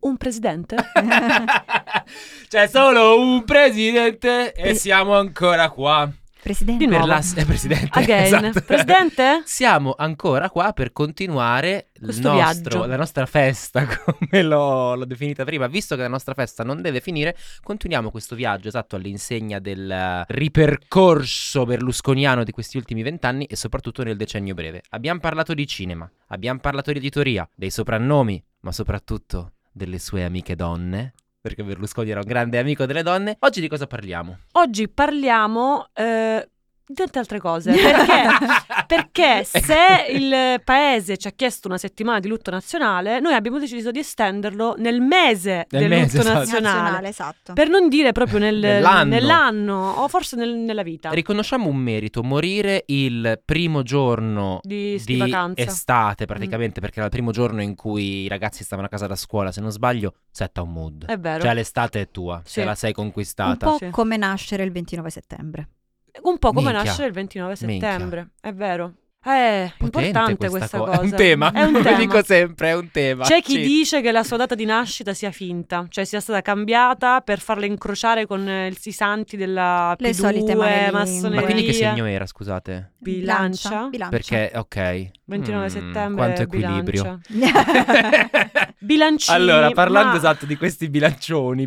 Un presidente? C'è solo un presidente e siamo ancora qua. Presidente. Di Per nuovo. la eh, presidente. Again. esatto. Presidente? Siamo ancora qua per continuare il Questo nostro- viaggio. la nostra festa, come l'ho, l'ho definita prima. Visto che la nostra festa non deve finire, continuiamo questo viaggio esatto all'insegna del eh, ripercorso berlusconiano di questi ultimi vent'anni e soprattutto nel decennio breve. Abbiamo parlato di cinema, abbiamo parlato di editoria, dei soprannomi, ma soprattutto delle sue amiche donne. Perché Berlusconi era un grande amico delle donne. Oggi di cosa parliamo? Oggi parliamo eh, di tante altre cose. Perché? Perché Ecco. se il paese ci ha chiesto una settimana di lutto nazionale, noi abbiamo deciso di estenderlo nel mese del Nel mese, lutto esatto. nazionale. esatto. Per non dire proprio nel- Nell'anno. nell'anno, o forse nel- nella vita. Riconosciamo un merito, morire il primo giorno Di- di vacanza. Mm. estate praticamente, perché era il primo giorno in cui i ragazzi stavano a casa da scuola, se non sbaglio, setta un mood. È vero. Cioè l'estate è tua, Sì. se la sei un conquistata. po' Sì. come nascere il 29 settembre. Un po' come Minchia. nascere il 29 Minchia. settembre, è vero. È Potente importante questa, co- cosa. È un tema, È un lo tema. dico sempre, è un tema. C'è chi Sì. dice che la sua data di nascita sia finta, cioè sia stata cambiata per farla incrociare con eh, il- i santi della P2, Le solite malelingue. massoneria. Ma quindi che segno era, scusate? Bilancia? Bilancia. Perché, ok. 29 Mm, settembre. Quanto equilibrio. bilancia. Bilancini. allora, parlando ma- esatto di questi bilancioni,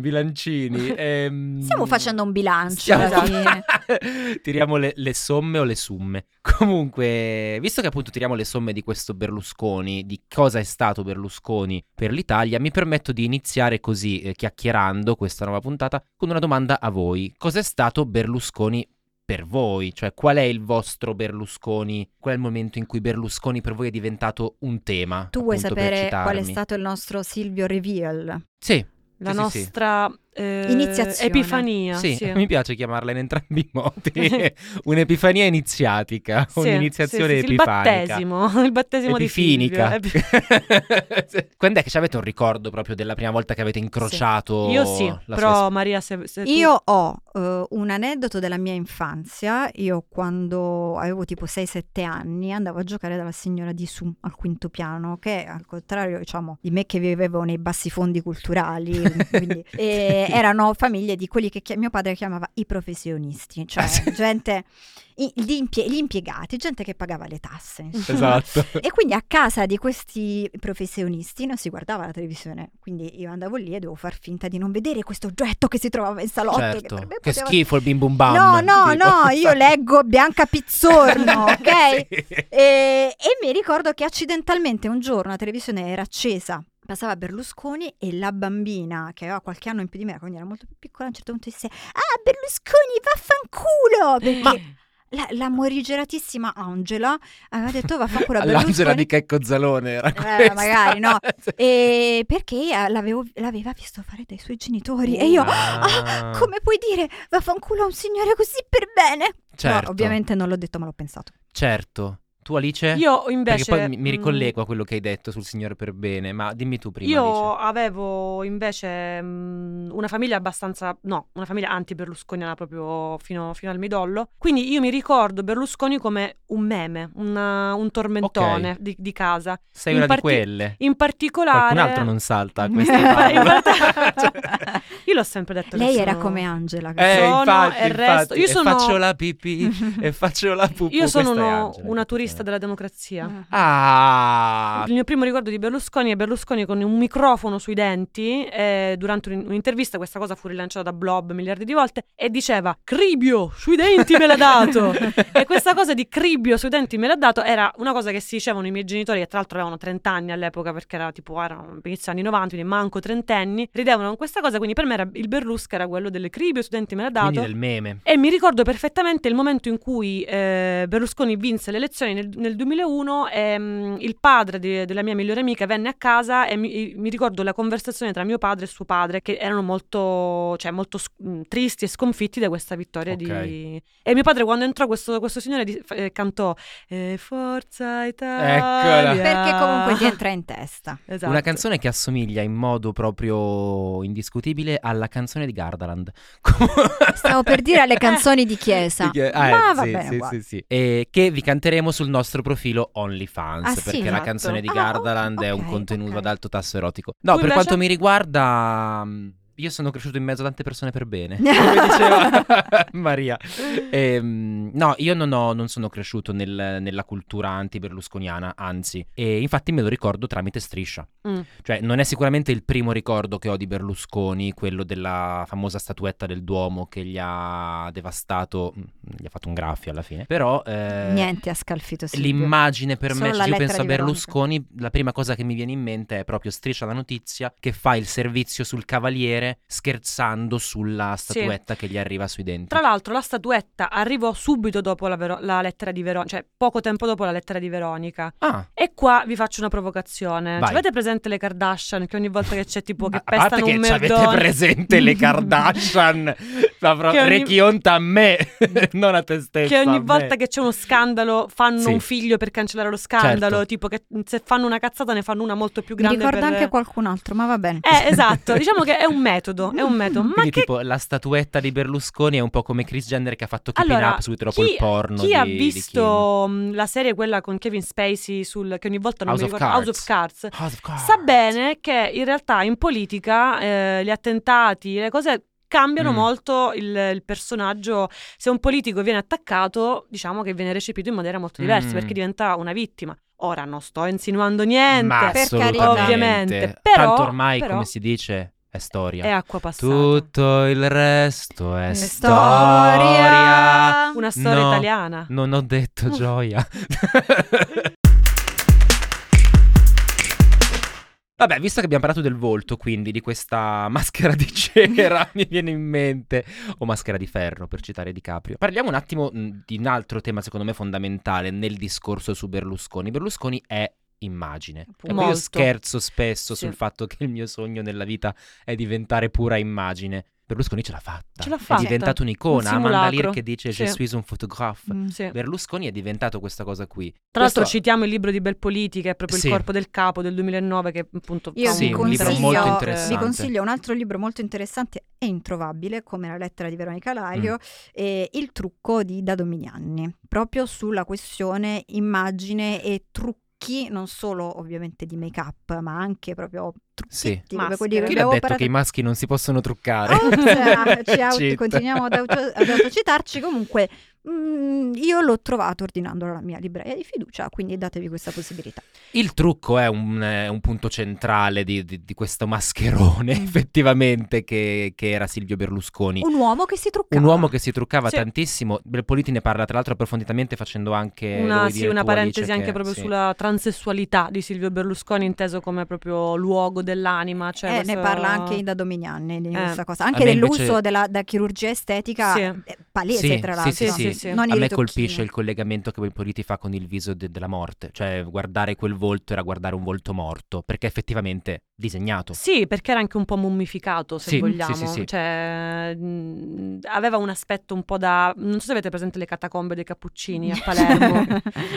bilancini... ehm, Stiamo facendo un bilancio Stiamo- alla fine. tiriamo le, le somme o le summe. Comunque, visto che appunto tiriamo le somme di questo Berlusconi, di cosa è stato Berlusconi per l'Italia, mi permetto di iniziare così, eh, chiacchierando questa nuova puntata, con una domanda a voi. Cos'è stato Berlusconi per voi? Cioè, qual è il vostro Berlusconi? Qual è il momento in cui Berlusconi per voi è diventato un tema? Tu vuoi appunto, per sapere qual è citarmi? stato il nostro Silvio Reveal? Sì, La Sì, sì, sì. nostra eh, Iniziazione. epifania. Sì, sì. mi piace chiamarla in entrambi i modi. Un'epifania iniziatica, Sì, un'iniziazione sì, sì, sì, Il epifanica. battesimo, il battesimo Epifinica. di Silvio. Epi- eh. Quando è che ci avete un ricordo proprio della prima volta che avete incrociato? Io sì, Oh, la però sua- Maria se, se Cioè, tu- Io ho eh, un aneddoto della mia infanzia. Io quando avevo tipo 6-7 anni andavo a giocare dalla signora di su al quinto piano, che al contrario diciamo, di me che vivevo nei bassi fondi culturali, quindi, e erano famiglie di quelli che chi- mio padre chiamava i professionisti, cioè Ah, sì. gente, i- gli, impie- gli impiegati, gente che pagava le tasse. insomma. Esatto. E quindi a casa di questi professionisti non si guardava la televisione, quindi io andavo lì e dovevo far finta di non vedere questo oggetto che si trovava in salotto. certo. per me Che, poteva- schifo il bim bum bam. No, no, tipo. no, io leggo Bianca Pizzorno, ok? Sì. E, e mi ricordo che accidentalmente un giorno la televisione era accesa, passava Berlusconi e la bambina, che aveva qualche anno in più di me, quindi era molto più piccola, a un certo punto disse «Ah, Berlusconi, vaffanculo!» Perché la, la morigeratissima Angela aveva detto «Vaffanculo a All'Angela Berlusconi». di Checco Zalone era Eh, questa. magari, no. Sì. E perché eh, l'avevo- l'aveva visto fare dai suoi genitori e io, Ah. "Ah, come puoi dire, vaffanculo a un signore così per bene? No, Certo. ovviamente non l'ho detto ma l'ho pensato. Certo. Tu Alice? Io invece... Perché poi mi, mi mm, ricollego a quello che hai detto sul signore per bene, ma dimmi tu prima. Alice. Io avevo invece mm, una famiglia abbastanza, no, una famiglia anti-berlusconiana proprio fino, fino al midollo. Quindi io mi ricordo Berlusconi come un meme, una- un tormentone di, di casa. Sei In una parti- di quelle. In particolare... Eh, esatto. Cioè, Qualcun altro non salta a questo In par- in tavolo. par- Io l'ho sempre detto. che Lei era sono- come Angela. Eh, Sono infatti, e infatti. resto- io E sono- faccio la pipì e faccio la pupù. Io sono Questa è uno- Angela, una che turista sono. della democrazia. Ah! Il mio primo ricordo di Berlusconi è Berlusconi con un microfono sui denti eh, durante un- un'intervista, questa cosa fu rilanciata da Blob miliardi di volte, e diceva Cribio sui denti me l'ha dato! e questa cosa di Cribio sui denti me l'ha dato era una cosa che si dicevano i miei genitori, che tra l'altro avevano 30 anni all'epoca perché era tipo erano inizio anni 90, quindi manco trentenni, ridevano con questa cosa, quindi per me era il Berlusca era quello delle Cribio sui denti me l'ha dato. Quindi del meme. E mi ricordo perfettamente il momento in cui eh, Berlusconi vinse le elezioni nel, nel 2001 ehm, il padre de- della mia migliore amica venne a casa e mi, mi ricordo la conversazione tra mio padre e suo padre che erano molto, cioè, molto sc- mh, tristi e sconfitti da questa vittoria di... E mio padre quando entrò questo, questo signore di- f- eh, cantò eh, Forza Italia. Eccola. Perché comunque ti entra in testa. Esatto. Una canzone che assomiglia in modo proprio indiscutibile alla canzone di Gardaland. Com- Stavo per dire alle canzoni di chiesa. Di chi- ah, eh, Ma va sì, bene sì, uguale. sì, sì. E che vi canteremo sul nostro profilo OnlyFans, Ah, sì? perché la Esatto. canzone di Ah, Gardaland ok, è un ok. contenuto ad alto tasso erotico. No, Tu per invece? quanto mi riguarda, mh, io sono cresciuto in mezzo a tante persone per bene, come diceva Maria. Ehm, no, io non, ho- non sono cresciuto nel- nella cultura anti-berlusconiana, anzi, e infatti me lo ricordo tramite striscia. Mm. Cioè, non è sicuramente il primo ricordo che ho di Berlusconi, quello della famosa statuetta del Duomo che gli ha devastato, mm, gli ha fatto un graffio alla fine, però... eh, Niente ha scalfito Silvio. L'immagine per Solo me, la se io lettera penso a di Veronica. Berlusconi, la prima cosa che mi viene in mente è proprio Striscia la notizia che fa il servizio sul cavaliere scherzando sulla statuetta che gli arriva sui denti. Tra l'altro la statuetta arrivò subito dopo la, Vero- la lettera di Veronica, cioè poco tempo dopo la lettera di Veronica. Ah, E qua vi faccio una provocazione. Vai. Cioè, avete presente le Kardashian che ogni volta che c'è tipo che a parte pestano che un ci avete merdone- presente le Kardashian, la pro- Che ogni- rechionta a me, non a te stessa. Che a ogni me. volta che c'è uno scandalo fanno Sì. un figlio per cancellare lo scandalo. Certo. Tipo che se fanno una cazzata ne fanno una molto più Mi grande. ricorda per- anche qualcun altro, ma va bene. Eh, esatto. diciamo che è un metodo. È un metodo. Ma Quindi che tipo la statuetta di Berlusconi è un po' come Chris Jenner che ha fatto Keeping Allora, Up su Twitter dopo chi, il porno chi di- ha di visto mh, la serie quella con Kevin Spacey sul che ogni volta non House mi of ricordo House Cards. of Cards Kim. House of Cards. sa bene che in realtà in politica eh, gli attentati, le cose cambiano Mm. molto il, il personaggio. Se un politico viene attaccato, diciamo che viene recepito in maniera molto diversa Mm. perché diventa una vittima. Ora non sto insinuando niente, Ma Per carità. assolutamente. Ovviamente, però- Tanto ormai però- come si dice è storia. è acqua passata. Tutto il resto è, È storia. Una storia No. italiana. Non ho detto gioia. Vabbè, visto che abbiamo parlato del volto, quindi di questa maschera di cera, mi viene in mente, o maschera di ferro, per citare Di Caprio. Parliamo un attimo mh, di un altro tema, secondo me, fondamentale nel discorso su Berlusconi. Berlusconi è immagine. Ecco, Io Molto. scherzo spesso Sì. sul fatto che il mio sogno nella vita è diventare pura immagine. Berlusconi ce l'ha fatta. Ce l'ha È fatta. diventato un'icona. Un Amanda simulacro. Lear che dice Sì. Je suis un photographe. Mm. Sì. Berlusconi è diventato questa cosa qui. Tra l'altro Questo- citiamo il libro di Belpolitica, è proprio Sì. il corpo del capo del 2009 che appunto Io fa Sì, vi, un libro consiglio, molto vi interessante. consiglio un altro libro molto interessante e introvabile, come la lettera di Veronica Lario, Mm. e Il trucco di Dado Mignanni, proprio sulla questione immagine e trucchi, non solo ovviamente di make-up, ma anche proprio trucchetti, Sì. come Maschere. quelli che Chi l'ha abbiamo detto imparato- che i maschi non si possono truccare? Ah. Ops, ci auto- Cheat. continuiamo ad, auto- ad autocitarci. Comunque, mm, io l'ho trovato ordinandolo alla mia libreria di fiducia, quindi datevi questa possibilità. Il trucco è un, eh, un punto centrale di, di- di questo mascherone, Mm. effettivamente, che, che era Silvio Berlusconi. Un uomo che si trucca. Un uomo che si truccava Sì. tantissimo. Belpoliti ne parla, tra l'altro, approfonditamente, facendo anche Una, lui sì, Eh, dire una tu, parentesi Alice, anche che- proprio sì. sulla transessualità di Silvio Berlusconi, inteso come proprio luogo dell'anima. Cioè Eh, questo- ne parla anche in Dominiani di Eh. questa cosa, A anche me dell'uso invece- della da chirurgia estetica Sì. eh, palese, Sì, tra sì, l'altro. sì, sì, sì. Non i A me ritocchini. colpisce il collegamento che Belpoliti fa con il viso de- della morte. Cioè, guardare quel volto era guardare un volto morto, perché effettivamente disegnato. Sì, perché era anche un po' mummificato, se Sì, vogliamo. sì, sì, sì. Cioè, mh, aveva un aspetto un po' da... Non so se avete presente le catacombe dei Cappuccini a Palermo.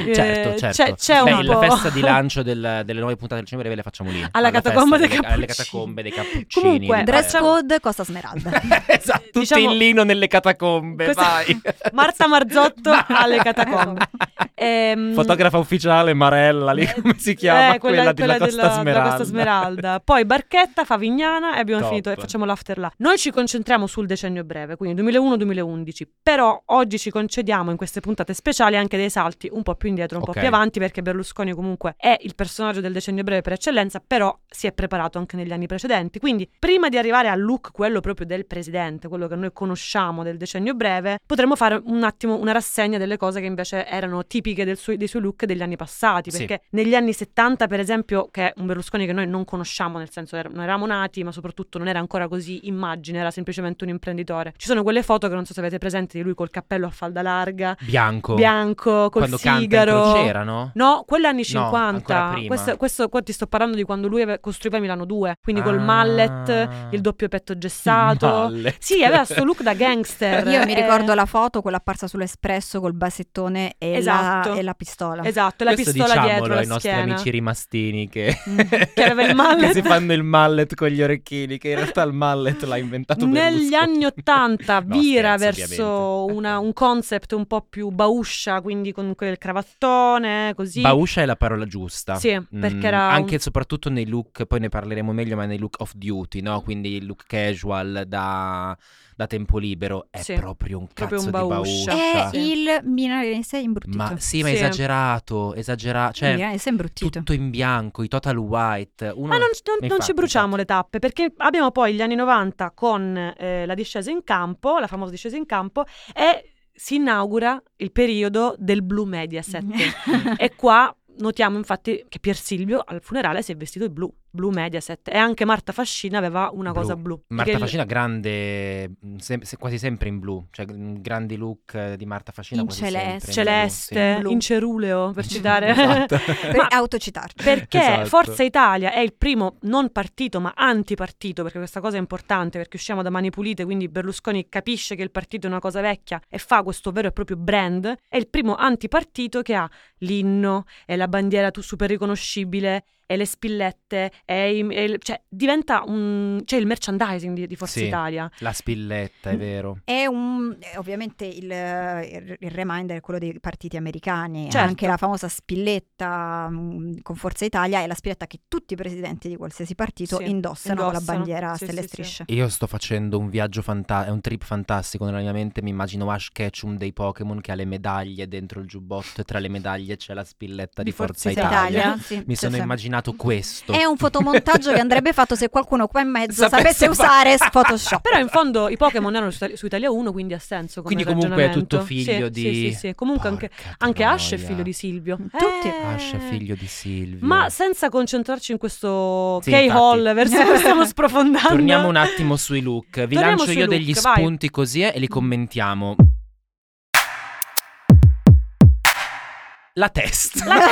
Eh, Certo, certo. C'è, c'è Beh, un la po'... festa di lancio del- delle nuove puntate del cinema breve le facciamo lì. alla catacomba festa dei delle- cappuccini. alle catacombe dei cappuccini. Comunque, di Dress Palermo. code Costa Smeralda. esatto, tutti Diciamo- in lino nelle catacombe, Questa- vai. Marta Marzotto Ma- alle catacombe. Ecco. Ehm, Fotografa ufficiale Marella, lì come si chiama? Eh, quella, della, quella Costa della Smeralda. Costa Smeralda. Poi Barchetta, Favignana e abbiamo Top. finito e facciamo l'after là. Noi ci concentriamo sul decennio breve, quindi 2001-2011, però oggi ci concediamo in queste puntate speciali anche dei salti un po' più indietro, un Ok. po' più avanti, perché Berlusconi comunque è il personaggio del decennio breve per eccellenza, però si è preparato anche negli anni precedenti. Quindi prima di arrivare al look, quello proprio del presidente, quello che noi conosciamo del decennio breve, potremmo fare un attimo una rassegna delle cose che invece erano tipiche del suo- dei suoi look degli anni passati, Sì. perché negli anni 70, per esempio, che è un Berlusconi che noi non conosciamo, nel senso er- non eravamo nati, ma soprattutto non era ancora così immagine, era semplicemente un imprenditore. Ci sono quelle foto che non so se avete presente di lui col cappello a falda larga, Bianco. bianco, col Quando sigaro. canta in crociera, no? No, quello anni No, 50. ancora prima. questo, questo qua ti sto parlando di quando lui ave- costruiva Milano 2, quindi col Ah. mallet, il doppio petto gessato. Mallet. esatto. Sì, aveva sto look da gangster. Io mi Eh, ricordo la foto, quella apparsa sull'espresso col basettone e, Esatto. la, e la pistola. Esatto, e la Questo pistola diciamolo dietro la ai nostri schiena. Mm. amici rimastini che... Mm. che aveva il che si mallet. fanno il mallet con gli orecchini, che in realtà il mallet l'ha inventato Negli Berlusconi. anni Ottanta No, vira scherzo, verso ovviamente. una- un concept un po' più bauscia, quindi con quel cravattone, così. Bauscia è la parola giusta. Sì, Mm, perché era un- Anche e soprattutto nei look, poi ne parleremo meglio, ma nei look off duty, no? Quindi il look casual da, da tempo libero è Sì, proprio un cazzo proprio un di Bauscia. È Bauscia. Sì. il milanese imbrutito. Ma sì, ma Sì. eh, esagerato, esagerato, il cioè milanese imbrutito. tutto in bianco, i total white. Uno... Ma non, non- non infatti, ci bruciamo le tappe perché abbiamo poi gli anni 90 con eh, la discesa in campo, la famosa discesa in campo e si inaugura il periodo del blu Mediaset. e qua notiamo infatti che Pier Silvio al funerale si è vestito di blu, blu Mediaset e anche Marta Fascina aveva una Blu. cosa blu. Marta Perché il- Facina grande, mh, sem- se- quasi sempre in blu, cioè mh, grandi look eh, di Marta Facina In quasi celeste. sempre in blu, sì. Celeste, Blu. in ceruleo per citare Esatto. per Ma- autocitarci. Perché Esatto. Forza Italia è il primo non partito ma antipartito, perché questa cosa è importante, perché usciamo da mani pulite, quindi Berlusconi capisce che il partito è una cosa vecchia e fa questo vero e proprio brand, è il primo antipartito che ha l'inno e la bandiera tu super riconoscibile e le spillette, e i- e il- cioè diventa un, cioè il merchandising di, di Forza Sì. Italia. La spilletta, è vero. È un, eh, ovviamente il, eh, il reminder è quello dei partiti americani, Certo. anche la famosa spilletta mh, con Forza Italia è la spilletta che tutti i presidenti di qualsiasi partito Sì, indossano, con la indossano. bandiera a Sì, stelle e sì, sì. strisce. Io sto facendo un viaggio fantastico, è un trip fantastico nella mia mente, mi immagino Ash Ketchum dei Pokémon che ha le medaglie dentro il giubbotto e tra le medaglie c'è la spilletta di, Forza, Italia. Italia. sì, Mi sì, sono sì. immaginato questo. È un fotomontaggio che andrebbe fatto se qualcuno qua in mezzo Sapesse sapesse usare fa- Photoshop. Però in fondo i Pokémon erano su, Italia- su Italia 1, quindi ha senso come Eh, Quindi comunque è tutto ragionamento. figlio Sì, di... Sì, sì, sì. Comunque anche Porca Anche Ash è troia. figlio di Silvio. Eh. Tutti. Ash è figlio di Silvio. Ma senza concentrarci in questo Sì, K-Hall infatti. verso cui stiamo sprofondando. Torniamo un attimo sui look. Vi Ah, Torniamo lancio sui io look, degli vai. spunti così eh, e li commentiamo. La testa. La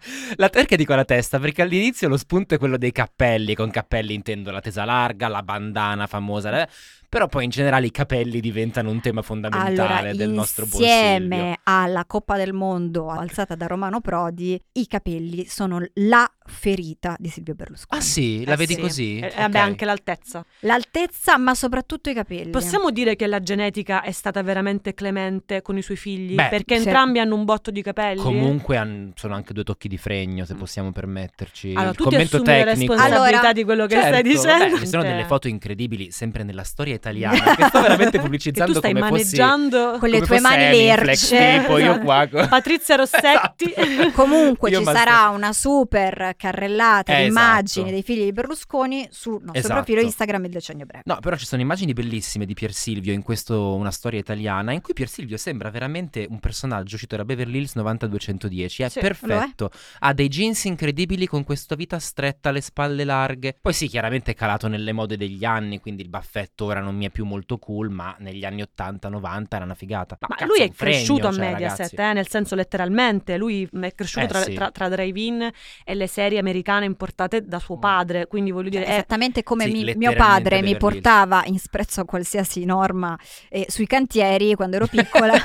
La- perché dico la testa? Perché all'inizio lo spunto è quello dei cappelli. Con cappelli intendo la tesa larga, la bandana famosa. la- Però poi in generale i capelli diventano un tema fondamentale Allora, del nostro buon Silvio. insieme alla Coppa del Mondo alzata da Romano Prodi, i capelli sono la ferita di Silvio Berlusconi. Ah sì, la Eh vedi sì. così? Eh, Ok. Vabbè, anche l'altezza. L'altezza, ma soprattutto i capelli. Possiamo dire che la genetica è stata veramente clemente con i suoi figli? Beh, perché sì. entrambi hanno un botto di capelli? Comunque han- sono anche due tocchi di fregno, se possiamo permetterci. Mm. Allora, il tu ti commento assumi la tecnico. responsabilità Allora, di quello che Certo, stai beh, dicendo. ci sono delle foto incredibili sempre nella storia italiana che sto veramente pubblicizzando E tu stai come fossi maneggiando Con le tue come fosse mani Aniflex, lerce. tipo io qua con- Patrizia Rossetti. Esatto. Comunque Io ci ma- sarà una super carrellata Eh, di esatto. immagini dei figli di Berlusconi sul nostro Esatto. profilo Instagram il decennio breve. No, però ci sono immagini bellissime di Pier Silvio in questo Una storia italiana, in cui Pier Silvio sembra veramente un personaggio uscito da Beverly Hills 90210. È Sì, perfetto. Ha dei jeans incredibili con questa vita stretta, le spalle larghe. Poi sì, chiaramente è calato nelle mode degli anni, quindi il baffetto ora non mi è più molto cool, ma negli anni 80-90 era una figata. Ma cazzo, lui è un fregno, cresciuto cioè, a Mediaset, ragazzi. eh, nel senso letteralmente, lui è cresciuto Eh, tra, sì. tra- tra drive-in e le serie americane importate da suo Mm. padre, quindi voglio dire... Cioè, è- esattamente come eh, sì, mi- mio letteralmente padre Beverly mi Hills. portava in sprezzo a qualsiasi norma eh, sui cantieri quando ero piccola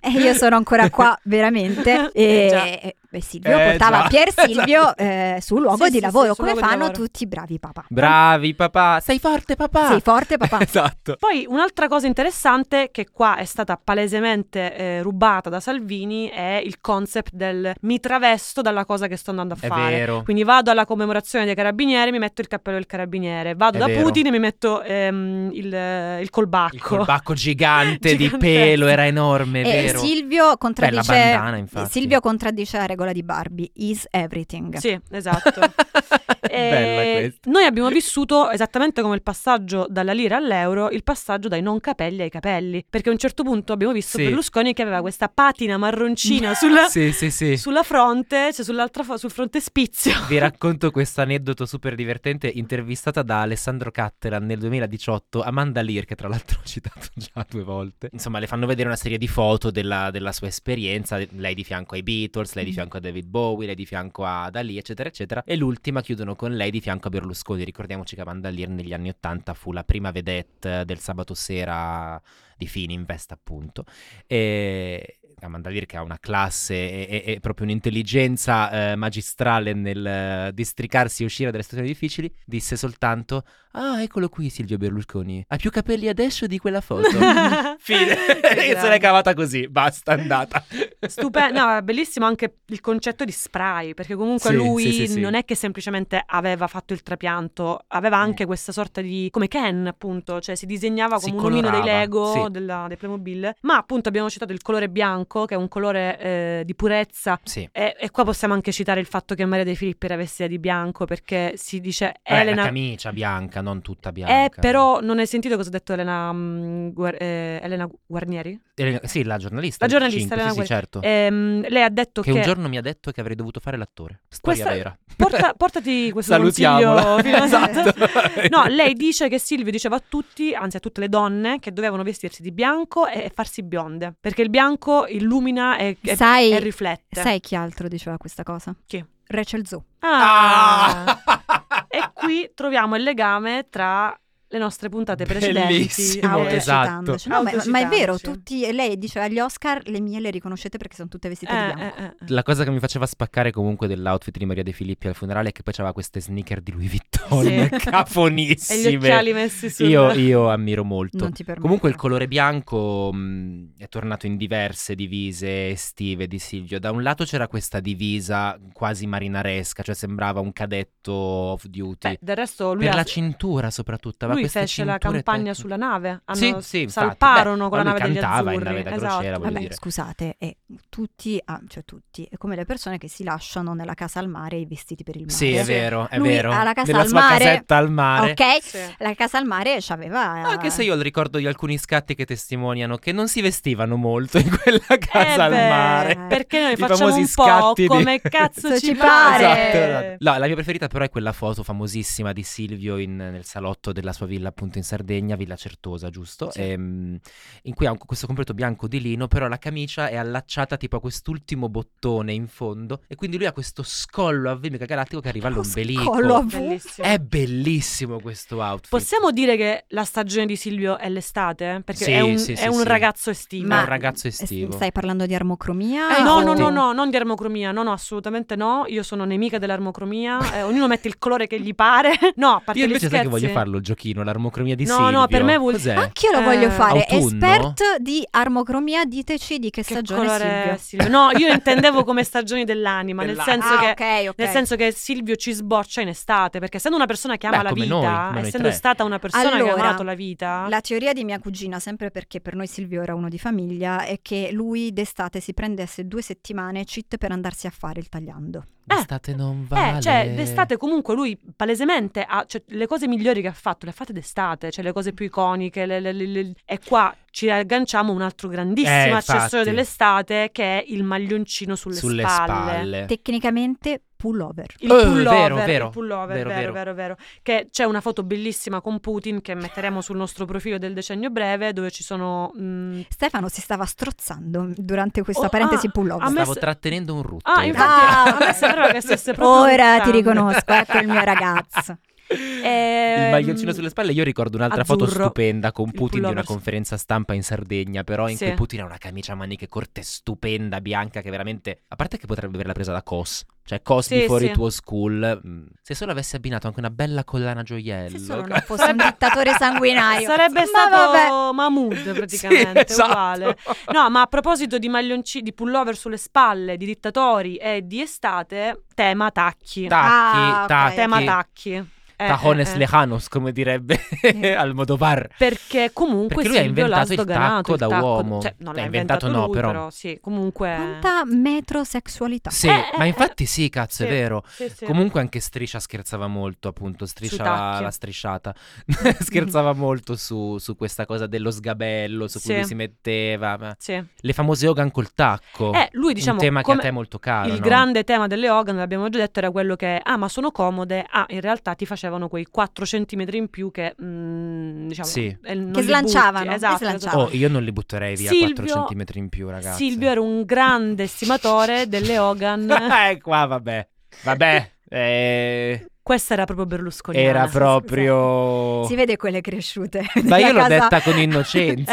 e io sono ancora qua veramente Eh, e, già. e- e Silvio Eh, portava già, Pier Silvio esatto. eh, sul luogo Sì, di sì, lavoro sì, sul come luogo di fanno lavoro. tutti i bravi papà Bravi papà, sei forte papà. sei forte papà Esatto. Poi un'altra cosa interessante che qua è stata palesemente eh, rubata da Salvini è il concept del mi travesto dalla cosa che sto andando a È fare. vero. Quindi vado alla commemorazione dei carabinieri, mi metto il cappello del carabiniere, vado È da vero. Putin e mi metto ehm, il, eh, il colbacco. Il colbacco gigante di Gigantesco. pelo era enorme, E vero? Eh, Silvio contraddice Bella bandana, infatti. Silvio contraddice la regola di Barbie is everything Sì, esatto. E Bella questa. Eh, Noi abbiamo vissuto esattamente come il passaggio dalla lira all'euro il passaggio dai non capelli ai capelli. Perché a un certo punto abbiamo visto Sì. Berlusconi che aveva questa patina marroncina sulla, Sì, sì, sì. sulla fronte, cioè sull'altra fo- sul frontespizio. Vi racconto questo aneddoto super divertente intervistata da Alessandro Cattelan nel 2018, Amanda Lear, che tra l'altro ho citato già due volte. Insomma, le fanno vedere una serie di foto della, della sua esperienza, lei di fianco ai Beatles, lei di Mm. fianco a David Bowie, lei di fianco ad Ali, eccetera, eccetera. E l'ultima chiudono con lei di fianco a Berlusconi. Ricordiamoci che Amanda Lear negli anni 80 fu la prima vedette del sabato sera di Fininvest, appunto e Amanda Lear che ha una classe e, e- e proprio un'intelligenza eh, magistrale nel eh, districarsi e uscire dalle situazioni difficili, disse soltanto «Ah, eccolo qui Silvio Berlusconi, ha più capelli adesso di quella foto». Fine, Che e se l'è grande. cavata così, basta, è andata. Stupendo, no, è bellissimo anche il concetto di spray, perché comunque Sì, lui sì, sì, sì. non è che semplicemente aveva fatto il trapianto, aveva Eh. anche questa sorta di, come Ken appunto, cioè si disegnava Si come un omino dei colorava, Lego, sì. della- dei Playmobil, ma appunto abbiamo citato il colore bianco, che è un colore eh, di purezza. Sì. E, e qua possiamo anche citare il fatto che Maria De Filippi era vestita di bianco perché si dice Vabbè, Eh, la Elena camicia bianca, non tutta bianca. Eh, però non hai sentito cosa ha detto Elena, mm, Guar- eh, Elena Guarnieri? Elena- sì, la giornalista. La del giornalista, Cinque, Elena sì, sì, certo. Ehm, lei ha detto che che, un giorno mi ha detto che avrei dovuto fare l'attore. Storia Questa- vera. porta- portati questo Salutiamola. consiglio. Esatto. No, lei dice che Silvio diceva a tutti, anzi a tutte le donne, che dovevano vestirsi di bianco e, e farsi bionde, perché il bianco illumina e, e- Sai- e riflette. Sai chi altro diceva questa cosa? Chi? Rachel Zoe. Ah! e qui troviamo il legame tra le nostre puntate precedenti. Bellissimo, Eh, esatto. Autocitandoci. Cioè, No, ma, ma è Autocitandoci. vero, tutti, lei diceva agli Oscar, le mie le riconoscete perché sono tutte vestite eh, di bianco. eh, eh, eh. La cosa che mi faceva spaccare comunque dell'outfit di Maria De Filippi al funerale è che poi c'aveva queste sneaker di Louis Vuitton Sì. E cafonissime. gli occhiali messi sul... io, io ammiro molto. Non ti permetto. Comunque il colore bianco mh, è tornato in diverse divise estive di Silvio. Da un lato c'era questa divisa quasi marinaresca, cioè sembrava un cadetto off duty. Beh, del resto lui per ha- la cintura soprattutto. aveva lui Cioè, queste fece la cinture campagna tecniche. sulla nave, hanno Sì, sì, infatti. salparono Beh, con la ma nave lui degli cantava in azzurri. nave da esatto. crociera, voglio Vabbè, dire. scusate, è tutti, ah, cioè tutti, è come le persone che si lasciano nella casa al mare i vestiti per il mare. Sì, è vero, è Lui vero. ha la casa Nella al sua mare. casetta al mare. Ok? Eh, Sì. La casa al mare c'aveva... eh, Anche se Ah, io ho il ricordo di alcuni scatti che testimoniano che non si vestivano molto in quella casa Eh al beh, mare. Perché noi I facciamo famosi un po' scatti di- come cazzo Se ci ci pare. Esatto, esatto. No, la mia preferita però è quella foto famosissima di Silvio in- nel salotto della sua villa appunto in Sardegna, Villa Certosa, giusto? Sì. Ehm, in cui ha un- questo completo bianco di lino, però la camicia è allacciata tipo a quest'ultimo bottone in fondo e quindi lui ha questo scollo a V mega galattico che arriva Oh, Collo a all'ombelico. V. Bellissimo. È bellissimo questo outfit. esatto. Eh, Possiamo dire che la stagione di Silvio è l'estate? Perché Sì, è un, sì, sì, è un sì. ragazzo estivo. un ragazzo estivo. Stai parlando di armocromia? Eh, no, o- no, no, infatti. no, non di armocromia, no, no, assolutamente no. Io sono nemica dell'armocromia. eh, ognuno mette il colore che gli pare. No, a parte Io gli invece sai che scherzi. voglio farlo il giochino, l'armocromia di No, Silvio. no, per me vuol- Cos'è? Anche io lo Eh, voglio fare. autunno? Expert di armocromia, diteci di che, Che stagione colore Silvio. è Silvio? No, io intendevo come stagioni dell'anima, nel Dell'anima. senso ah, che ok, ok. Nel senso che Silvio ci sboccia in estate, perché essendo una persona che ama Beh, la come vita, noi, come noi essendo tre. stata una persona che ha Allora, amato la vita, La teoria di mia cugina, sempre perché per noi Silvio era uno di famiglia, è che lui d'estate si prendesse due settimane cheat per andarsi a fare il tagliando. D'estate non vale. eh, cioè, d'estate comunque lui palesemente ha cioè, le cose migliori che ha fatto, le ha fatte d'estate, cioè le cose più iconiche, le- le- le- le- e qua ci agganciamo un altro Eh, grandissimo infatti. accessorio dell'estate che è il maglioncino sulle, sulle spalle. spalle. Tecnicamente pullover. Il Eh, pullover, vero, vero, il pullover, vero, vero, vero. vero, vero, Che c'è una foto bellissima con Putin che metteremo sul nostro profilo del decennio breve dove ci sono mm, mh, Stefano si stava strozzando durante questa Oh, parentesi ah, pullover. a me Stavo s- trattenendo un rutto. Ah, in infatti, realtà. a me sembrava che stesse ah, proprio Ora ti lontano. riconosco, ecco il mio ragazzo. Il Ehm, maglioncino sulle spalle, io ricordo un'altra foto azzurro. stupenda con Il Putin di una pullover. conferenza stampa in Sardegna, però in Sì. cui Putin ha una camicia a maniche corte stupenda, bianca, che veramente, a parte che potrebbe averla presa da Cos, cioè Cos Sì, di fuori sì. tuo school, mm, se solo avesse abbinato anche una bella collana Se gioiello. solo non fosse un dittatore sanguinario. eh, Sarebbe Ma stato vabbè. Mahmood praticamente, Sì, esatto. uguale. No, ma a proposito di maglioncini, di pullover sulle spalle, di dittatori e di estate, tema tacchi. Tacchi, Ah, ok. tacchi. tema tacchi. Tajones eh. lejanos, come direbbe Sì. al Modovar. Perché comunque Perché lui ha Silvio l'ha inventato il sdoganato, tacco da uomo. Cioè, non L'ha l'ha inventato inventato, no, lui, però. sì, comunque... Quanta metrosessualità. Sì, Eh, ma eh, infatti sì, cazzo, è sì. vero. Sì, sì. Comunque anche Striscia scherzava molto, appunto, Striscia Sui la, tacchi. la strisciata, Mm. scherzava molto su, su questa cosa dello sgabello, su cui Sì. lui si metteva, ma- Sì. le famose Hogan col tacco, Eh, lui diciamo... un tema che come- a te è molto caro, Il no? grande tema delle Hogan, l'abbiamo già detto, era quello che, ah, ma sono comode, ah, in realtà ti facevano quei 4 centimetri in più che, mm, diciamo, Sì. eh, non Che li slanciavano, butti. che Esatto, slanciavano. Oh, io non li butterei via Silvio- 4 centimetri in più, ragazzi. Silvio era un grande stimatore delle Hogan. eh, qua vabbè, vabbè, eh, Questa era proprio Berlusconi. era Scusate. proprio... Si vede quelle cresciute. Ma io l'ho della casa- detta con innocenza,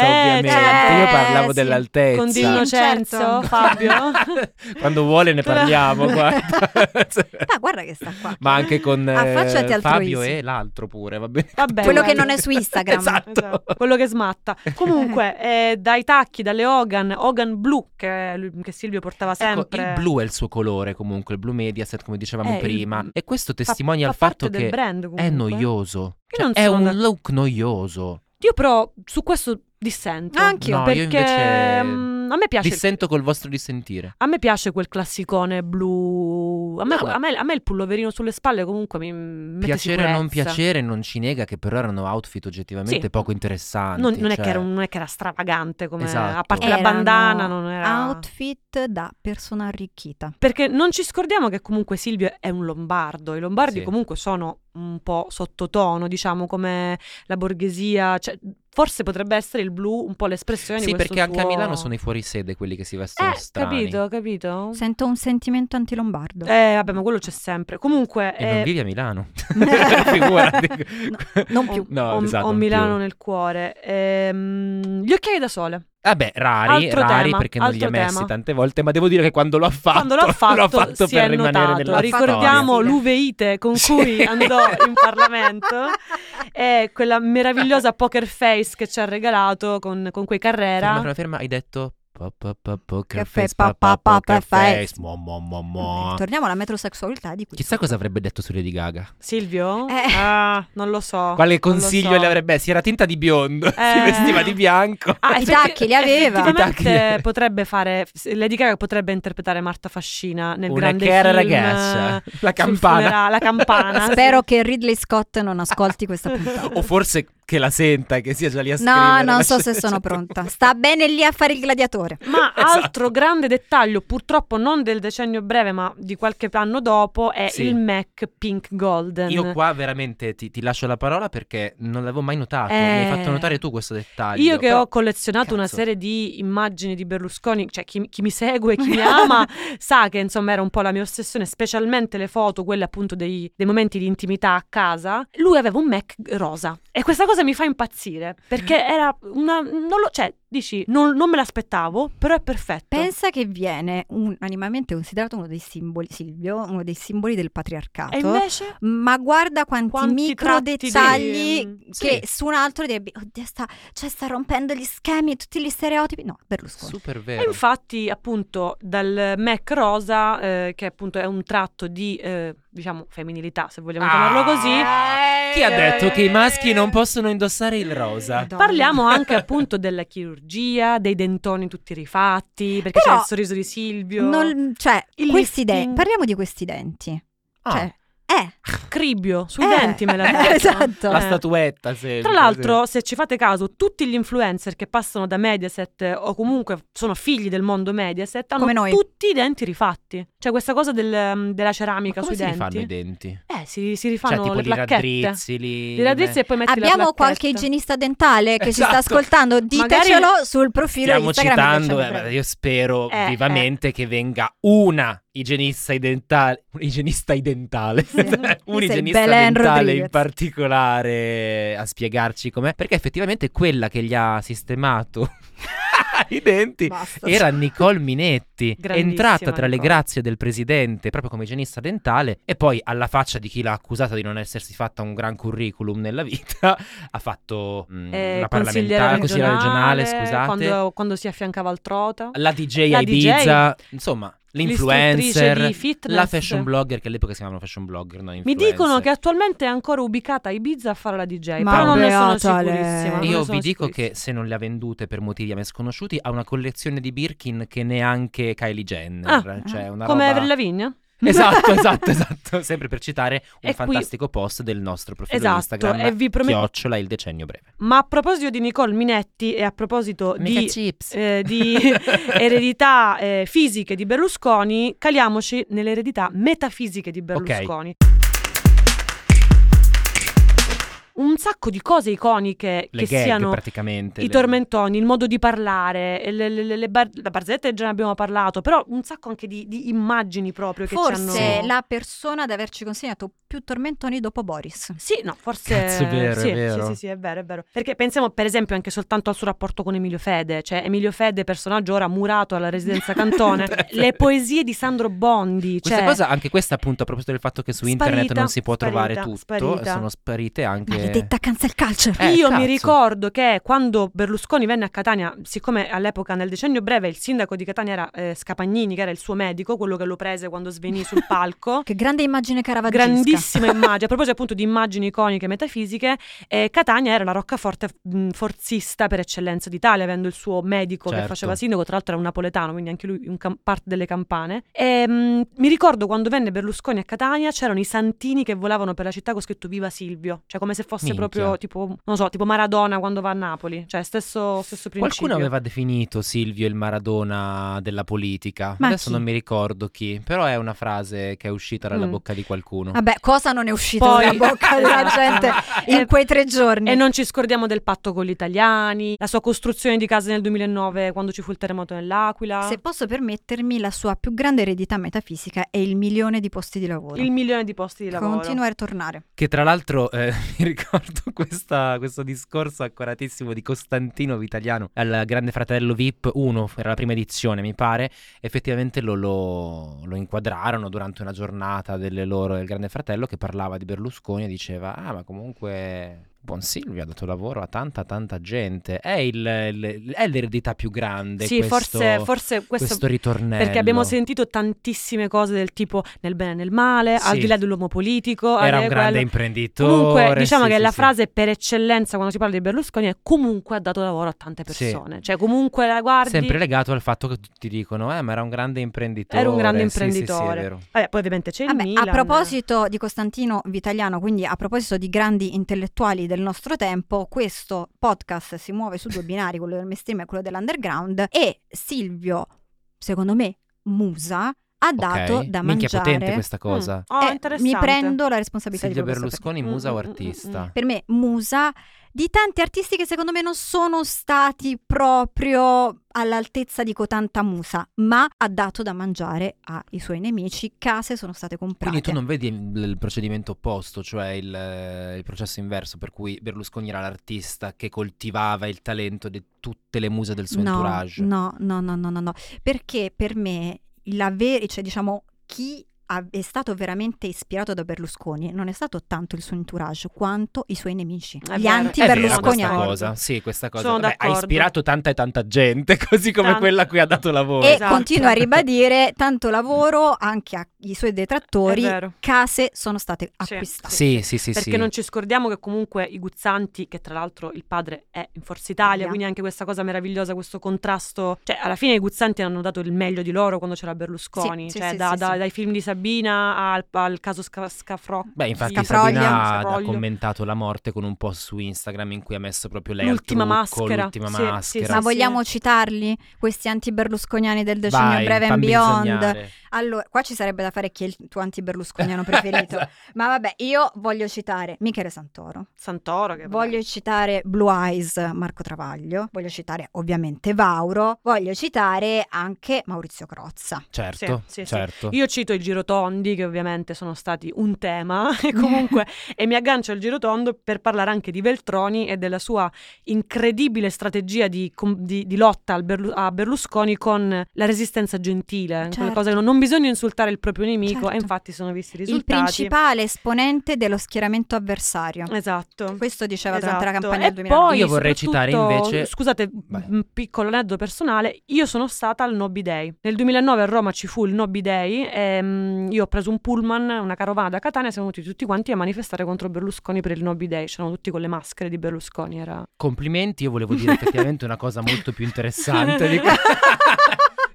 Eh, ovviamente. certo. Io parlavo Eh, sì. dell'altezza. Con Di Innocenzo, certo. Fabio. Quando vuole ne Tra- parliamo, guarda. Ma guarda che sta qua. Ma anche con eh, Affacciati altruismo. Fabio e l'altro pure, va bene. Vabbè, Quello guarda. che non è su Instagram. Esatto. Esatto, quello che smatta. Comunque, eh, dai tacchi, dalle Hogan, Hogan blu che, lui- che Silvio portava Ecco, sempre. il blu è il suo colore comunque, il blu Mediaset come dicevamo Eh, il- prima e questo Fa- testimonia fa il fatto parte del che brand, è comunque. noioso. Io Cioè, non è sono un d'ac- look noioso. Io però su questo dissento. Anch'io. No, perché io invece mm, a me piace Dissento col vostro dissentire. a me piace quel classicone blu. A me, No, ma- a me- a me il pulloverino sulle spalle comunque mi mette Piacere o non sicurezza. piacere non ci nega che però erano outfit oggettivamente Sì. poco interessanti. Non, non è cioè- che era, non è che era stravagante come Esatto. a parte Erano la bandana, non era Outfit da persona arricchita. Perché non ci scordiamo che comunque Silvio è un lombardo, i lombardi Sì. comunque sono un po' sottotono, diciamo, come la borghesia, cioè, forse potrebbe essere il blu un po' l'espressione di Sì, questo perché anche a suo- Milano sono i fuorisede quelli che si vestono Eh, strani. capito, capito? Sento un sentimento antilombardo. Eh, vabbè, ma quello c'è sempre. Comunque E eh, non vivi a Milano. Figurati. non più. No, eh, ho, esatto, ho non Milano più. nel cuore. Ehm, gli occhiali da sole. Vabbè, rari, Altro rari tema, perché non li ha altro messi tema. tante volte, ma devo dire che quando l'ha fatto, Quando l'ha fatto, l'ha fatto si per è rimanere notato. nella Ricordiamo storia. l'uveite con cui andò eh, in Parlamento. E quella meravigliosa poker face che ci ha regalato con, con quei carrera. Ferma, ferma, ferma, hai detto po- po- po- poker Caffè, face, pa- pa- pa- pa- poker pa- face, face. mo- mo- mo- mo. Eh, Torniamo alla metrosessualità di cui Chissà cosa avrebbe detto su Lady Gaga. Silvio? Eh. Ah, non lo so. Quale non lo consiglio so. le avrebbe? Si era tinta di biondo, si Eh. vestiva di bianco. Ah, I effetti- tacchi li aveva. I tacchi Effettivamente li- potrebbe fare. Lady Gaga potrebbe interpretare Marta Fascina nel Una grande cara film, ragazza, eh, la sul campana. funerale, la campana. Spero che Ridley Scott non ascolti questa puntata. o forse che la senta, che sia già lì a No, scrivere. non la so se sono sceneggiatura. pronta. Sta bene lì a fare il gladiatore. Ma Esatto. altro grande dettaglio, purtroppo non del decennio breve, ma di qualche anno dopo, è Sì. il Mac Pink Golden. Io qua veramente ti, ti lascio la parola perché non l'avevo mai notato. Eh. Mi hai fatto notare tu questo dettaglio. Io che Però- ho collezionato una cazzo. serie di immagini di Berlusconi, cioè chi, chi mi segue, chi mi ama, sa che insomma era un po' la mia ossessione, specialmente le foto, quelle appunto dei, dei momenti di intimità a casa. Lui aveva un Mac rosa e questa cosa mi fa impazzire perché Eh. era una... Non lo, cioè, dici, non, non me l'aspettavo, però è perfetto. Pensa che viene unanimamente considerato uno dei simboli, Silvio, uno dei simboli del e patriarcato. invece... Ma guarda quanti, Quanti micro tratti di- dettagli Mm, che su un altro direbbe, oddio, sta, cioè, sta rompendo gli schemi, tutti gli stereotipi. No, Berlusconi. Super E vero. infatti, appunto, dal Mac Rosa, eh, che appunto è un tratto di, eh, diciamo, femminilità, se Ah. vogliamo chiamarlo così, Eh, Chi ha detto che i maschi non possono indossare il rosa? Madonna. parliamo anche appunto della chirurgia, dei dentoni tutti rifatti, perché Però c'è il sorriso di Silvio. Non- cioè, Il questi de- lifting. parliamo di questi denti. Ah, Cioè, Certo. eh, Cribbio, sui Eh, denti me l'ha detto. esatto. la Eh. statuetta, sempre, Tra l'altro, se ci fate caso, tutti gli influencer che passano da Mediaset eh, o comunque sono figli del mondo Mediaset hanno Come noi. tutti i denti rifatti. Cioè questa cosa del, mm, della sì. Ma ceramica come sui si denti. rifanno i denti? Eh, si, si Cioè, rifanno tipo le li placchette. raddrizzi, li... Li raddrizzi e poi metti la abbiamo placchetta. qualche igienista dentale che ci sta Esatto. ascoltando, ditecelo sul profilo Stiamo Instagram. citando, che eh, ci hanno ma io spero Eh, vivamente che venga una igienista i dentali- un igienista i dentale, Sì. eh, un Sei igienista Belen dentale in Rodriguez. particolare a spiegarci com'è, perché effettivamente quella che gli ha sistemato i denti Basta. era Nicole Minetti, Grandissima entrata tra le Nicole. grazie del presidente proprio come igienista dentale e poi alla faccia di chi l'ha accusata di non essersi fatta un gran curriculum nella vita, ha fatto mm, Eh, consigliera una parlamentare, consigliera regionale, scusate, Quando, quando si affiancava al trota. la DJ La a DJ. Ibiza, insomma, l'influencer, L'istruttrice di fitness. la fashion blogger, che all'epoca si chiamavano fashion blogger, no, Mi influencer. dicono che attualmente è ancora ubicata a Ibiza a fare la DJ, Ma però non ne sono beata lei. sicurissima. non ne Io sono vi dico sicurissima. che se non le ha vendute per motivi a me sconosciuti, ha una collezione di Birkin che neanche Kylie Jenner. Ah, cioè una Come roba... Avril Lavigne? Esatto, esatto, esatto. Sempre per citare un E qui- fantastico post del nostro profilo Esatto, Instagram. e vi prometto- Chiocciola il decennio breve. Ma a proposito di Nicole Minetti e a proposito di, chips. eh, di eredità eh, fisiche di Berlusconi, caliamoci nelle eredità metafisiche di Berlusconi. Un sacco di cose iconiche Le che gag siano praticamente. i le- tormentoni, il modo di parlare, le, le- le- le bar- la barzetta già ne abbiamo parlato, però un sacco anche di, di immagini proprio che ci Forse hanno... la persona ad averci consegnato più tormentoni dopo Boris. Sì, no, forse Cazzo, è vero, è sì, vero. Sì, sì, sì, è vero, è vero. Perché pensiamo per esempio anche soltanto al suo rapporto con Emilio Fede, cioè Emilio Fede personaggio ora murato alla residenza Cantone, le poesie di Sandro Bondi, Questa cioè cosa, anche questa appunto a proposito del fatto che su internet Sparita, non si può sparita, trovare tutto, sparita. sono sparite anche... Maledetta cancel culture. Eh, Io cazzo. mi ricordo che quando Berlusconi venne a Catania, siccome all'epoca nel decennio breve il sindaco di Catania era eh, Scapagnini, che era il suo medico, quello che lo prese quando svenì sul palco, Che grande immagine caravaggesca. grandissima immagine. A proposito appunto di immagini iconiche metafisiche, eh, Catania era la roccaforte mh, forzista per eccellenza d'Italia, avendo il suo medico che Certo. faceva sindaco, tra l'altro era un napoletano, quindi anche lui un cam- parte delle campane. E, mh, mi ricordo quando venne Berlusconi a Catania c'erano i santini che volavano per la città con scritto Viva Silvio, cioè come se fosse Minchia. proprio tipo, non lo so, tipo Maradona quando va a Napoli, cioè stesso, stesso principio. Qualcuno aveva definito Silvio il Maradona della politica. Ma Adesso chi? non mi ricordo chi, però è una frase che è uscita dalla Mm. bocca di qualcuno. Vabbè, cosa non è uscita Poi- dalla bocca della Esatto. gente Eh, in quei tre giorni? E non ci scordiamo del patto con gli italiani, la sua costruzione di case nel 2009 quando ci fu il terremoto nell'Aquila. Se posso permettermi, la sua più grande eredità metafisica è il milione di posti di lavoro. il milione di posti di lavoro. Continuare a tornare. Che tra l'altro eh, mi ricordo questa- questo discorso accuratissimo di Costantino Vitaliano al Grande Fratello VIP 1, era la prima edizione mi pare, effettivamente lo, lo- lo inquadrarono durante una giornata delle loro del Grande Fratello che parlava di Berlusconi e diceva ah ma comunque buon Silvio ha dato lavoro a tanta tanta gente, è, il- il- è l'eredità più grande Sì, questo, forse, forse questo, questo ritornello. perché abbiamo sentito tantissime cose del tipo nel bene e nel male, al Sì. di là dell'uomo politico. al Era di un là di grande quello. imprenditore. eh, Comunque, diciamo sì, che sì, la sì. frase per eccellenza quando si parla di Berlusconi è comunque ha dato lavoro a tante Sì. persone. Cioè, comunque la guardi. Sempre legato al fatto che tutti dicono, eh, ma era un grande imprenditore. Era un grande Sì, sì, sì, è imprenditore. vero. Vabbè, poi ovviamente c'è il Vabbè, Milan. a proposito di Costantino Vitaliano, quindi a proposito di grandi intellettuali del nostro tempo, questo podcast si muove su due binari, quello del mainstream e quello dell'underground e Silvio, secondo me, Musa, ha dato Ok. da Minchia, mangiare. potente questa Mm. cosa. Oh, Eh, interessante. mi prendo la responsabilità Silvio di quello che sto Berlusconi, Mm, musa mm, mm, o mm. artista? per me musa di tanti artisti che secondo me non sono stati proprio all'altezza di cotanta musa, ma ha dato da mangiare ai suoi nemici, case sono state comprate. Quindi tu non vedi il, il procedimento opposto, cioè il, eh, il processo inverso, per cui Berlusconi era l'artista che coltivava il talento di tutte le muse del suo entourage. No, no, no, no, no, no. Perché per me la vera, cioè diciamo chi ha- è stato veramente ispirato da Berlusconi non è stato tanto il suo entourage quanto i suoi nemici. È Gli vero. È vero anti-Berlusconiani. questa cosa, sì, questa cosa Sono Vabbè, ha d'accordo. ispirato tanta e tanta gente, così come Tanto. quella a cui ha dato lavoro. E Esatto. continua a ribadire tanto lavoro anche ai suoi detrattori. È vero. Case sono state Sì. acquistate. Sì, sì, sì, Perché sì. non ci scordiamo che comunque i Guzzanti, che tra l'altro il padre è in Forza Italia, Italia. quindi anche questa cosa meravigliosa, questo contrasto. Cioè, alla fine i Guzzanti hanno dato il meglio di loro quando c'era Berlusconi. Sì, sì, cioè, sì, da- sì, da- sì. dai film di Sabina al, al caso Sca- Scafrocchi. Beh, infatti Scafroglia. Sabina ha Scafroglio. commentato la morte con un post su Instagram in cui ha messo proprio lei L'ultima al trucco, maschera. l'ultima Sì, sì, maschera. sì, Ma sì. vogliamo citarli, questi anti-berlusconiani del decennio Vai, breve and fammi beyond? insegnare. Allora, qua ci sarebbe da fare chi è il tuo anti-berlusconiano Esatto. preferito. Ma vabbè, io voglio citare Michele Santoro, Santoro che voglio citare Blue Eyes Marco Travaglio, voglio citare ovviamente Vauro, voglio citare anche Maurizio Crozza. certo, Sì, sì, sì. certo. Io cito i girotondi che ovviamente sono stati un tema e comunque e mi aggancio al girotondo per parlare anche di Veltroni e della sua incredibile strategia di, com- di- di lotta al Berlu- a Berlusconi con la resistenza gentile, Certo. quella cosa che non, non bisogna insultare il proprio nemico Certo. e infatti sono visti i Il risultati. principale esponente dello schieramento avversario. Esatto. Questo diceva Esatto. durante la campagna e del 2009. poi Io vorrei citare soprattutto- invece- Scusate, Vai. un piccolo aneddoto personale. Io sono stata al Nobby Day. Nel 2009 a Roma ci fu il Nobby Day. E, mm, io ho preso un pullman, una carovana da Catania. Siamo venuti tutti quanti a manifestare contro Berlusconi per il Nobby Day. C'erano tutti con le maschere di Berlusconi. Era Complimenti, io volevo dire effettivamente una cosa molto più interessante di que-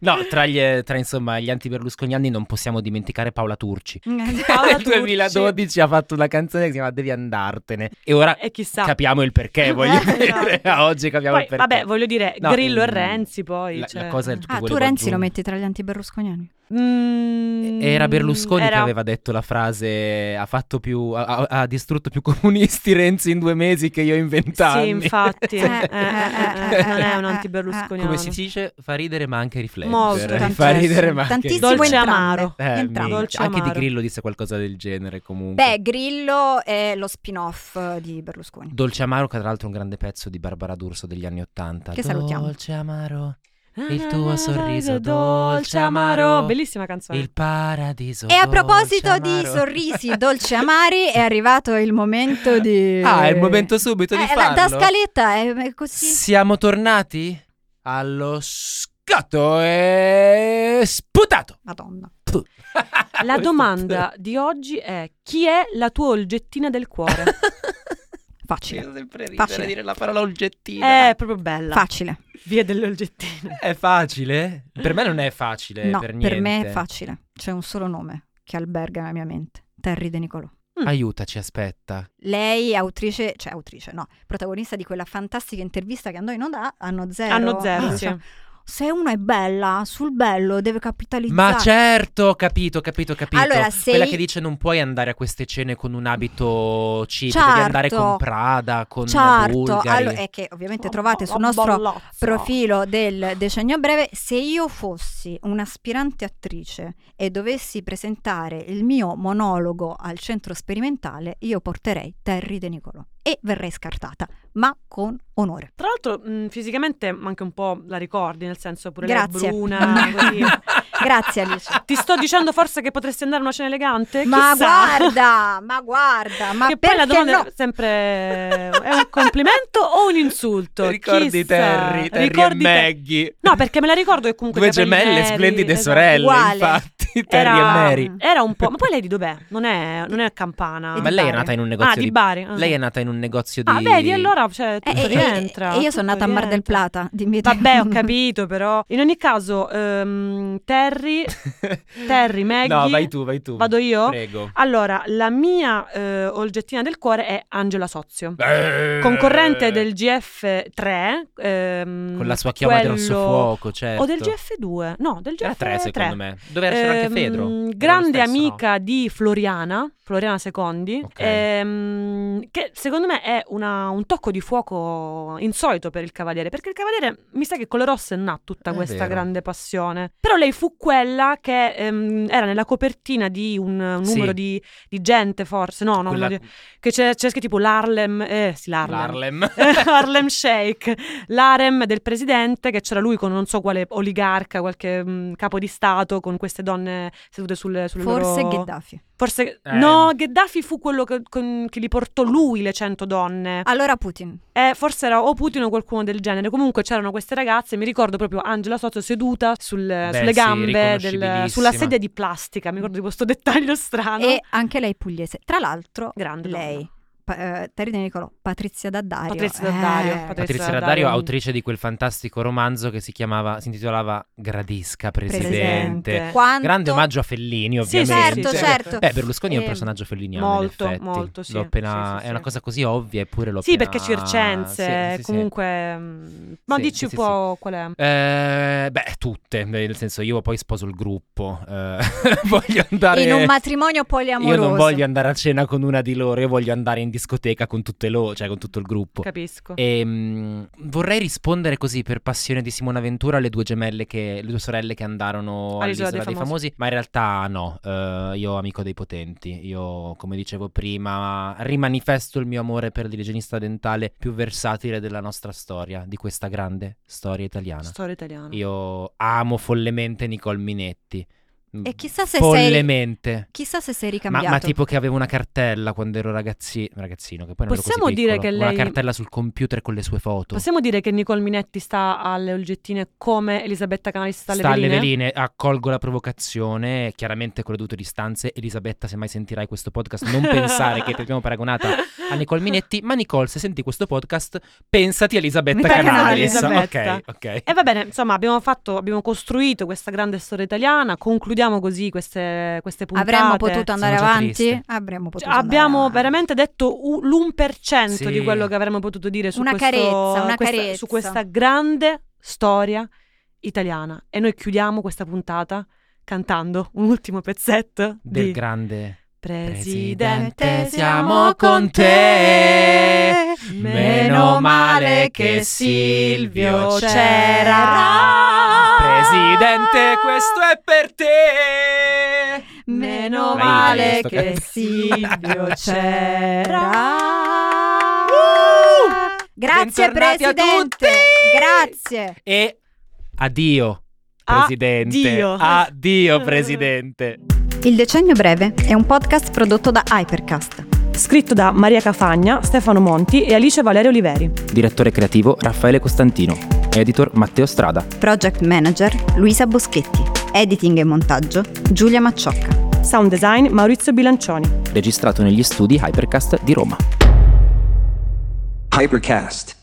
No, tra gli, tra, insomma, gli anti-berlusconiani non possiamo dimenticare Paola Turci. Paola Nel Turci. 2012 ha fatto una canzone che si chiama Devi andartene. E ora E chissà. capiamo il perché, voglio Esatto. dire. A Oggi capiamo Poi, il perché. vabbè, voglio dire, No, Grillo e mm, Renzi poi. la, cioè- la cosa che Ah, tu volevo Renzi lo aggiungere- metti tra gli anti-berlusconiani? Mm, Era Berlusconi che era- aveva detto la frase ha, fatto più, ha, ha- ha distrutto più comunisti Renzi in due mesi che io ho inventato. Sì, infatti. eh, eh, eh, eh, eh, non è un Come anti-berlusconiano. si dice, fa ridere ma anche riflettere. Molto, fa tantissimo. ridere ma anche Tantissimo Dolce entrambe. amaro. Eh, Entrambe. minchia. Dolce anche di amaro. Grillo disse qualcosa del genere comunque. Beh, Grillo è lo spin-off di Berlusconi. Dolce Amaro, che tra l'altro è un grande pezzo di Barbara D'Urso degli anni Ottanta. Che salutiamo. Dolce Amaro, Na, il na, na, tuo sorriso na, dolce amaro. Bellissima canzone. il paradiso. E a proposito dolce di amaro. sorrisi dolci e amari, è arrivato il momento di... Ah, è il momento subito di Eh, la farlo. Dascaletta è è così. Siamo tornati allo scatto e sputato. Madonna. Ah, La domanda di oggi è chi è la tua olgettina del cuore? Facile. sempre ridere Facile. Eh. dire la parola oggettina. è proprio bella. Facile. Via delle olgettine. È facile? Per me non è facile, no, Eh, per per, niente. me è facile. C'è un solo nome che alberga nella mia mente. Terry De Nicolò. Aiutaci, aspetta. Lei è autrice, cioè autrice, no, protagonista di quella fantastica intervista che andò in onda a Anno Zero. Hanno zero, Ah, sì. cioè, Se uno è bella, sul bello deve capitalizzare. Ma certo, ho capito, ho capito, ho capito. Esatto. Allora, se Quella i- che dice non puoi andare a queste cene con un abito cheap, Certo. devi andare con Prada, con Certo, Bulgari. allora, è che ovviamente trovate sul nostro Ballazza. profilo del decennio breve, se io fossi un'aspirante attrice e dovessi presentare il mio monologo al centro sperimentale, io porterei Terry De Nicolò e verrei scartata, ma con onore. Tra l'altro, mh, fisicamente anche un po' la ricordi, nel senso pure Grazie. lei è bruna, così. Grazie Alice. Ti sto dicendo forse che potresti andare a una cena elegante? Ma Chissà. guarda, ma guarda, ma che poi perché la domanda no? è sempre è un complimento o un insulto? Ricordi Esatto, Chissà. Terry, Terry Ricordi e te- Maggie. No, perché me la ricordo che comunque Due i capelli gemelle, neri, splendide esatto. sorelle, Uguale. infatti, Terry Era- e Mary. Era un po', ma poi lei di dov'è? Non è, non è a Campana. Ma lei è nata in un negozio Ah, di di... Bari. ah. Lei è nata in un negozio Ah, di... vedi, allora cioè, Eh, tutto eh, eh, rientra. e io sono nata tutto a Mar del rientra. Plata, dimmi te. Vabbè, ho capito, però. In ogni caso, ehm, Terry, Terry, Maggie. No, vai tu, vai tu. Vado io? Prego. Allora, la mia eh, olgettina del cuore è Angela Sozio. Eh. Concorrente del GF3. ehm, Con la sua chioma quello- del rosso fuoco, certo. O del GF2. No, del GF3. Era tre, secondo me. Dove era c'era anche Ehm, Fedro. Era lo Grande stesso, no? amica di Floriana, Floriana Secondi, Ok. ehm, che secondo me è una- un tocco di fuoco insolito per il Cavaliere, perché il Cavaliere mi sa che con le rosse non ha tutta È questa vero. grande passione. Però lei fu quella che ehm, era nella copertina di un, un Sì. numero di, di gente, forse, no, no, Quella- non- che c'è, c'è scritto tipo l'Harlem, eh sì, l'Harlem. L'Harlem. Harlem Shake, l'arem del presidente, che c'era lui con non so quale oligarca, qualche mh, capo di stato, con queste donne sedute sulle, sulle Forse loro... Gheddafi. Forse... Eh. No, Gheddafi fu quello che, con- che li portò lui le 100 donne. Allora Putin. Eh, forse era o Putin o qualcuno del genere. Comunque c'erano queste ragazze, mi ricordo proprio Angela Sozzo seduta sul- sulle sì, gambe, riconoscibilissima. sulla sedia di plastica, mi ricordo di questo dettaglio strano. E anche lei pugliese. Tra l'altro, Grande donna. lei, pa- eh, Terry De Nicolò, Patrizia Daddario. Patrizia Daddario, Eh, Patrizia- Patrizia Raddario, autrice di quel fantastico romanzo che si chiamava, si intitolava Gradisca Presidente. Presidente. quanto- Grande omaggio a Fellini, Sì, sì, ovviamente. Certo, sì, certo. Beh, Berlusconi è un Eh, personaggio felliniano. molto, in effetti. molto, sì. L'ho appena- Sì, sì, È una sì. cosa così ovvia, eppure l'ho Sì, appena- perché circense, Sì, sì, sì. comunque... mh, Ma Sì, dici sì, un sì, po' qual è? Eh, beh, tutte, nel senso io poi sposo il gruppo, eh, voglio andare... In un matrimonio poliamoroso. io non voglio andare a cena con una di loro, io voglio andare in discoteca con tutte loro, cioè con tutto il gruppo. Capisco. Ehm, vorrei rispondere così per passione di Simona Ventura alle due gemelle che le due sorelle che andarono all'isola, All'isola dei, dei famosi. ma in realtà no, eh, io amico dei potenti, io come dicevo prima rimanifesto il mio amore per l'igienista dentale più versatile della nostra storia, di questa grande storia italiana. Storia italiana. Io amo follemente Nicole Minetti. Mm. E chissà se sei... follemente. Chissà se sei Ma, ricambiato. ma tipo che avevo una cartella quando ero ragazzi- ragazzino, che poi non ero così Possiamo dire piccolo, che lei- Una cartella sul computer con le sue foto. Possiamo dire che Nicole Minetti sta alle olgettine come Elisabetta Canalis sta alle Sta alle veline? veline, accolgo la provocazione, chiaramente con le dovute distanze. Elisabetta, se mai sentirai questo podcast, non pensare che ti abbiamo paragonata a Nicole Minetti, ma Nicole, se senti questo podcast, pensati a Elisabetta Pensati a Canalis. Elisabetta. Ok, ok. E va bene, insomma, abbiamo fatto, abbiamo costruito questa grande storia italiana, concludiamo così queste, queste puntate. Avremmo potuto andare Sono già avanti? triste. Avremmo potuto Cioè, andare abbiamo avanti. veramente detto u- l'1% Sì. di quello che avremmo potuto dire su, Una questo- carezza, una questa, carezza. su questa grande storia italiana. E noi chiudiamo questa puntata cantando un ultimo pezzetto Del di grande Presidente, siamo con te. Meno male che Silvio Ah! c'era. Presidente, questo è per te. Meno Dai, male dai, sto che cazzo. Silvio c'era. Uh! Grazie Bentornati a Presidente. tutti! Grazie. E addio, presidente. Addio. Addio, presidente. Il decennio breve è un podcast prodotto da Hypercast. Scritto da Maria Cafagna, Stefano Monti e Alice Valerio Oliveri. Direttore creativo Raffaele Costantino. Editor Matteo Strada. Project Manager Luisa Boschetti. Editing e montaggio Giulia Macciocca. Sound design Maurizio Bilancioni. Registrato negli studi Hypercast di Roma. Hypercast.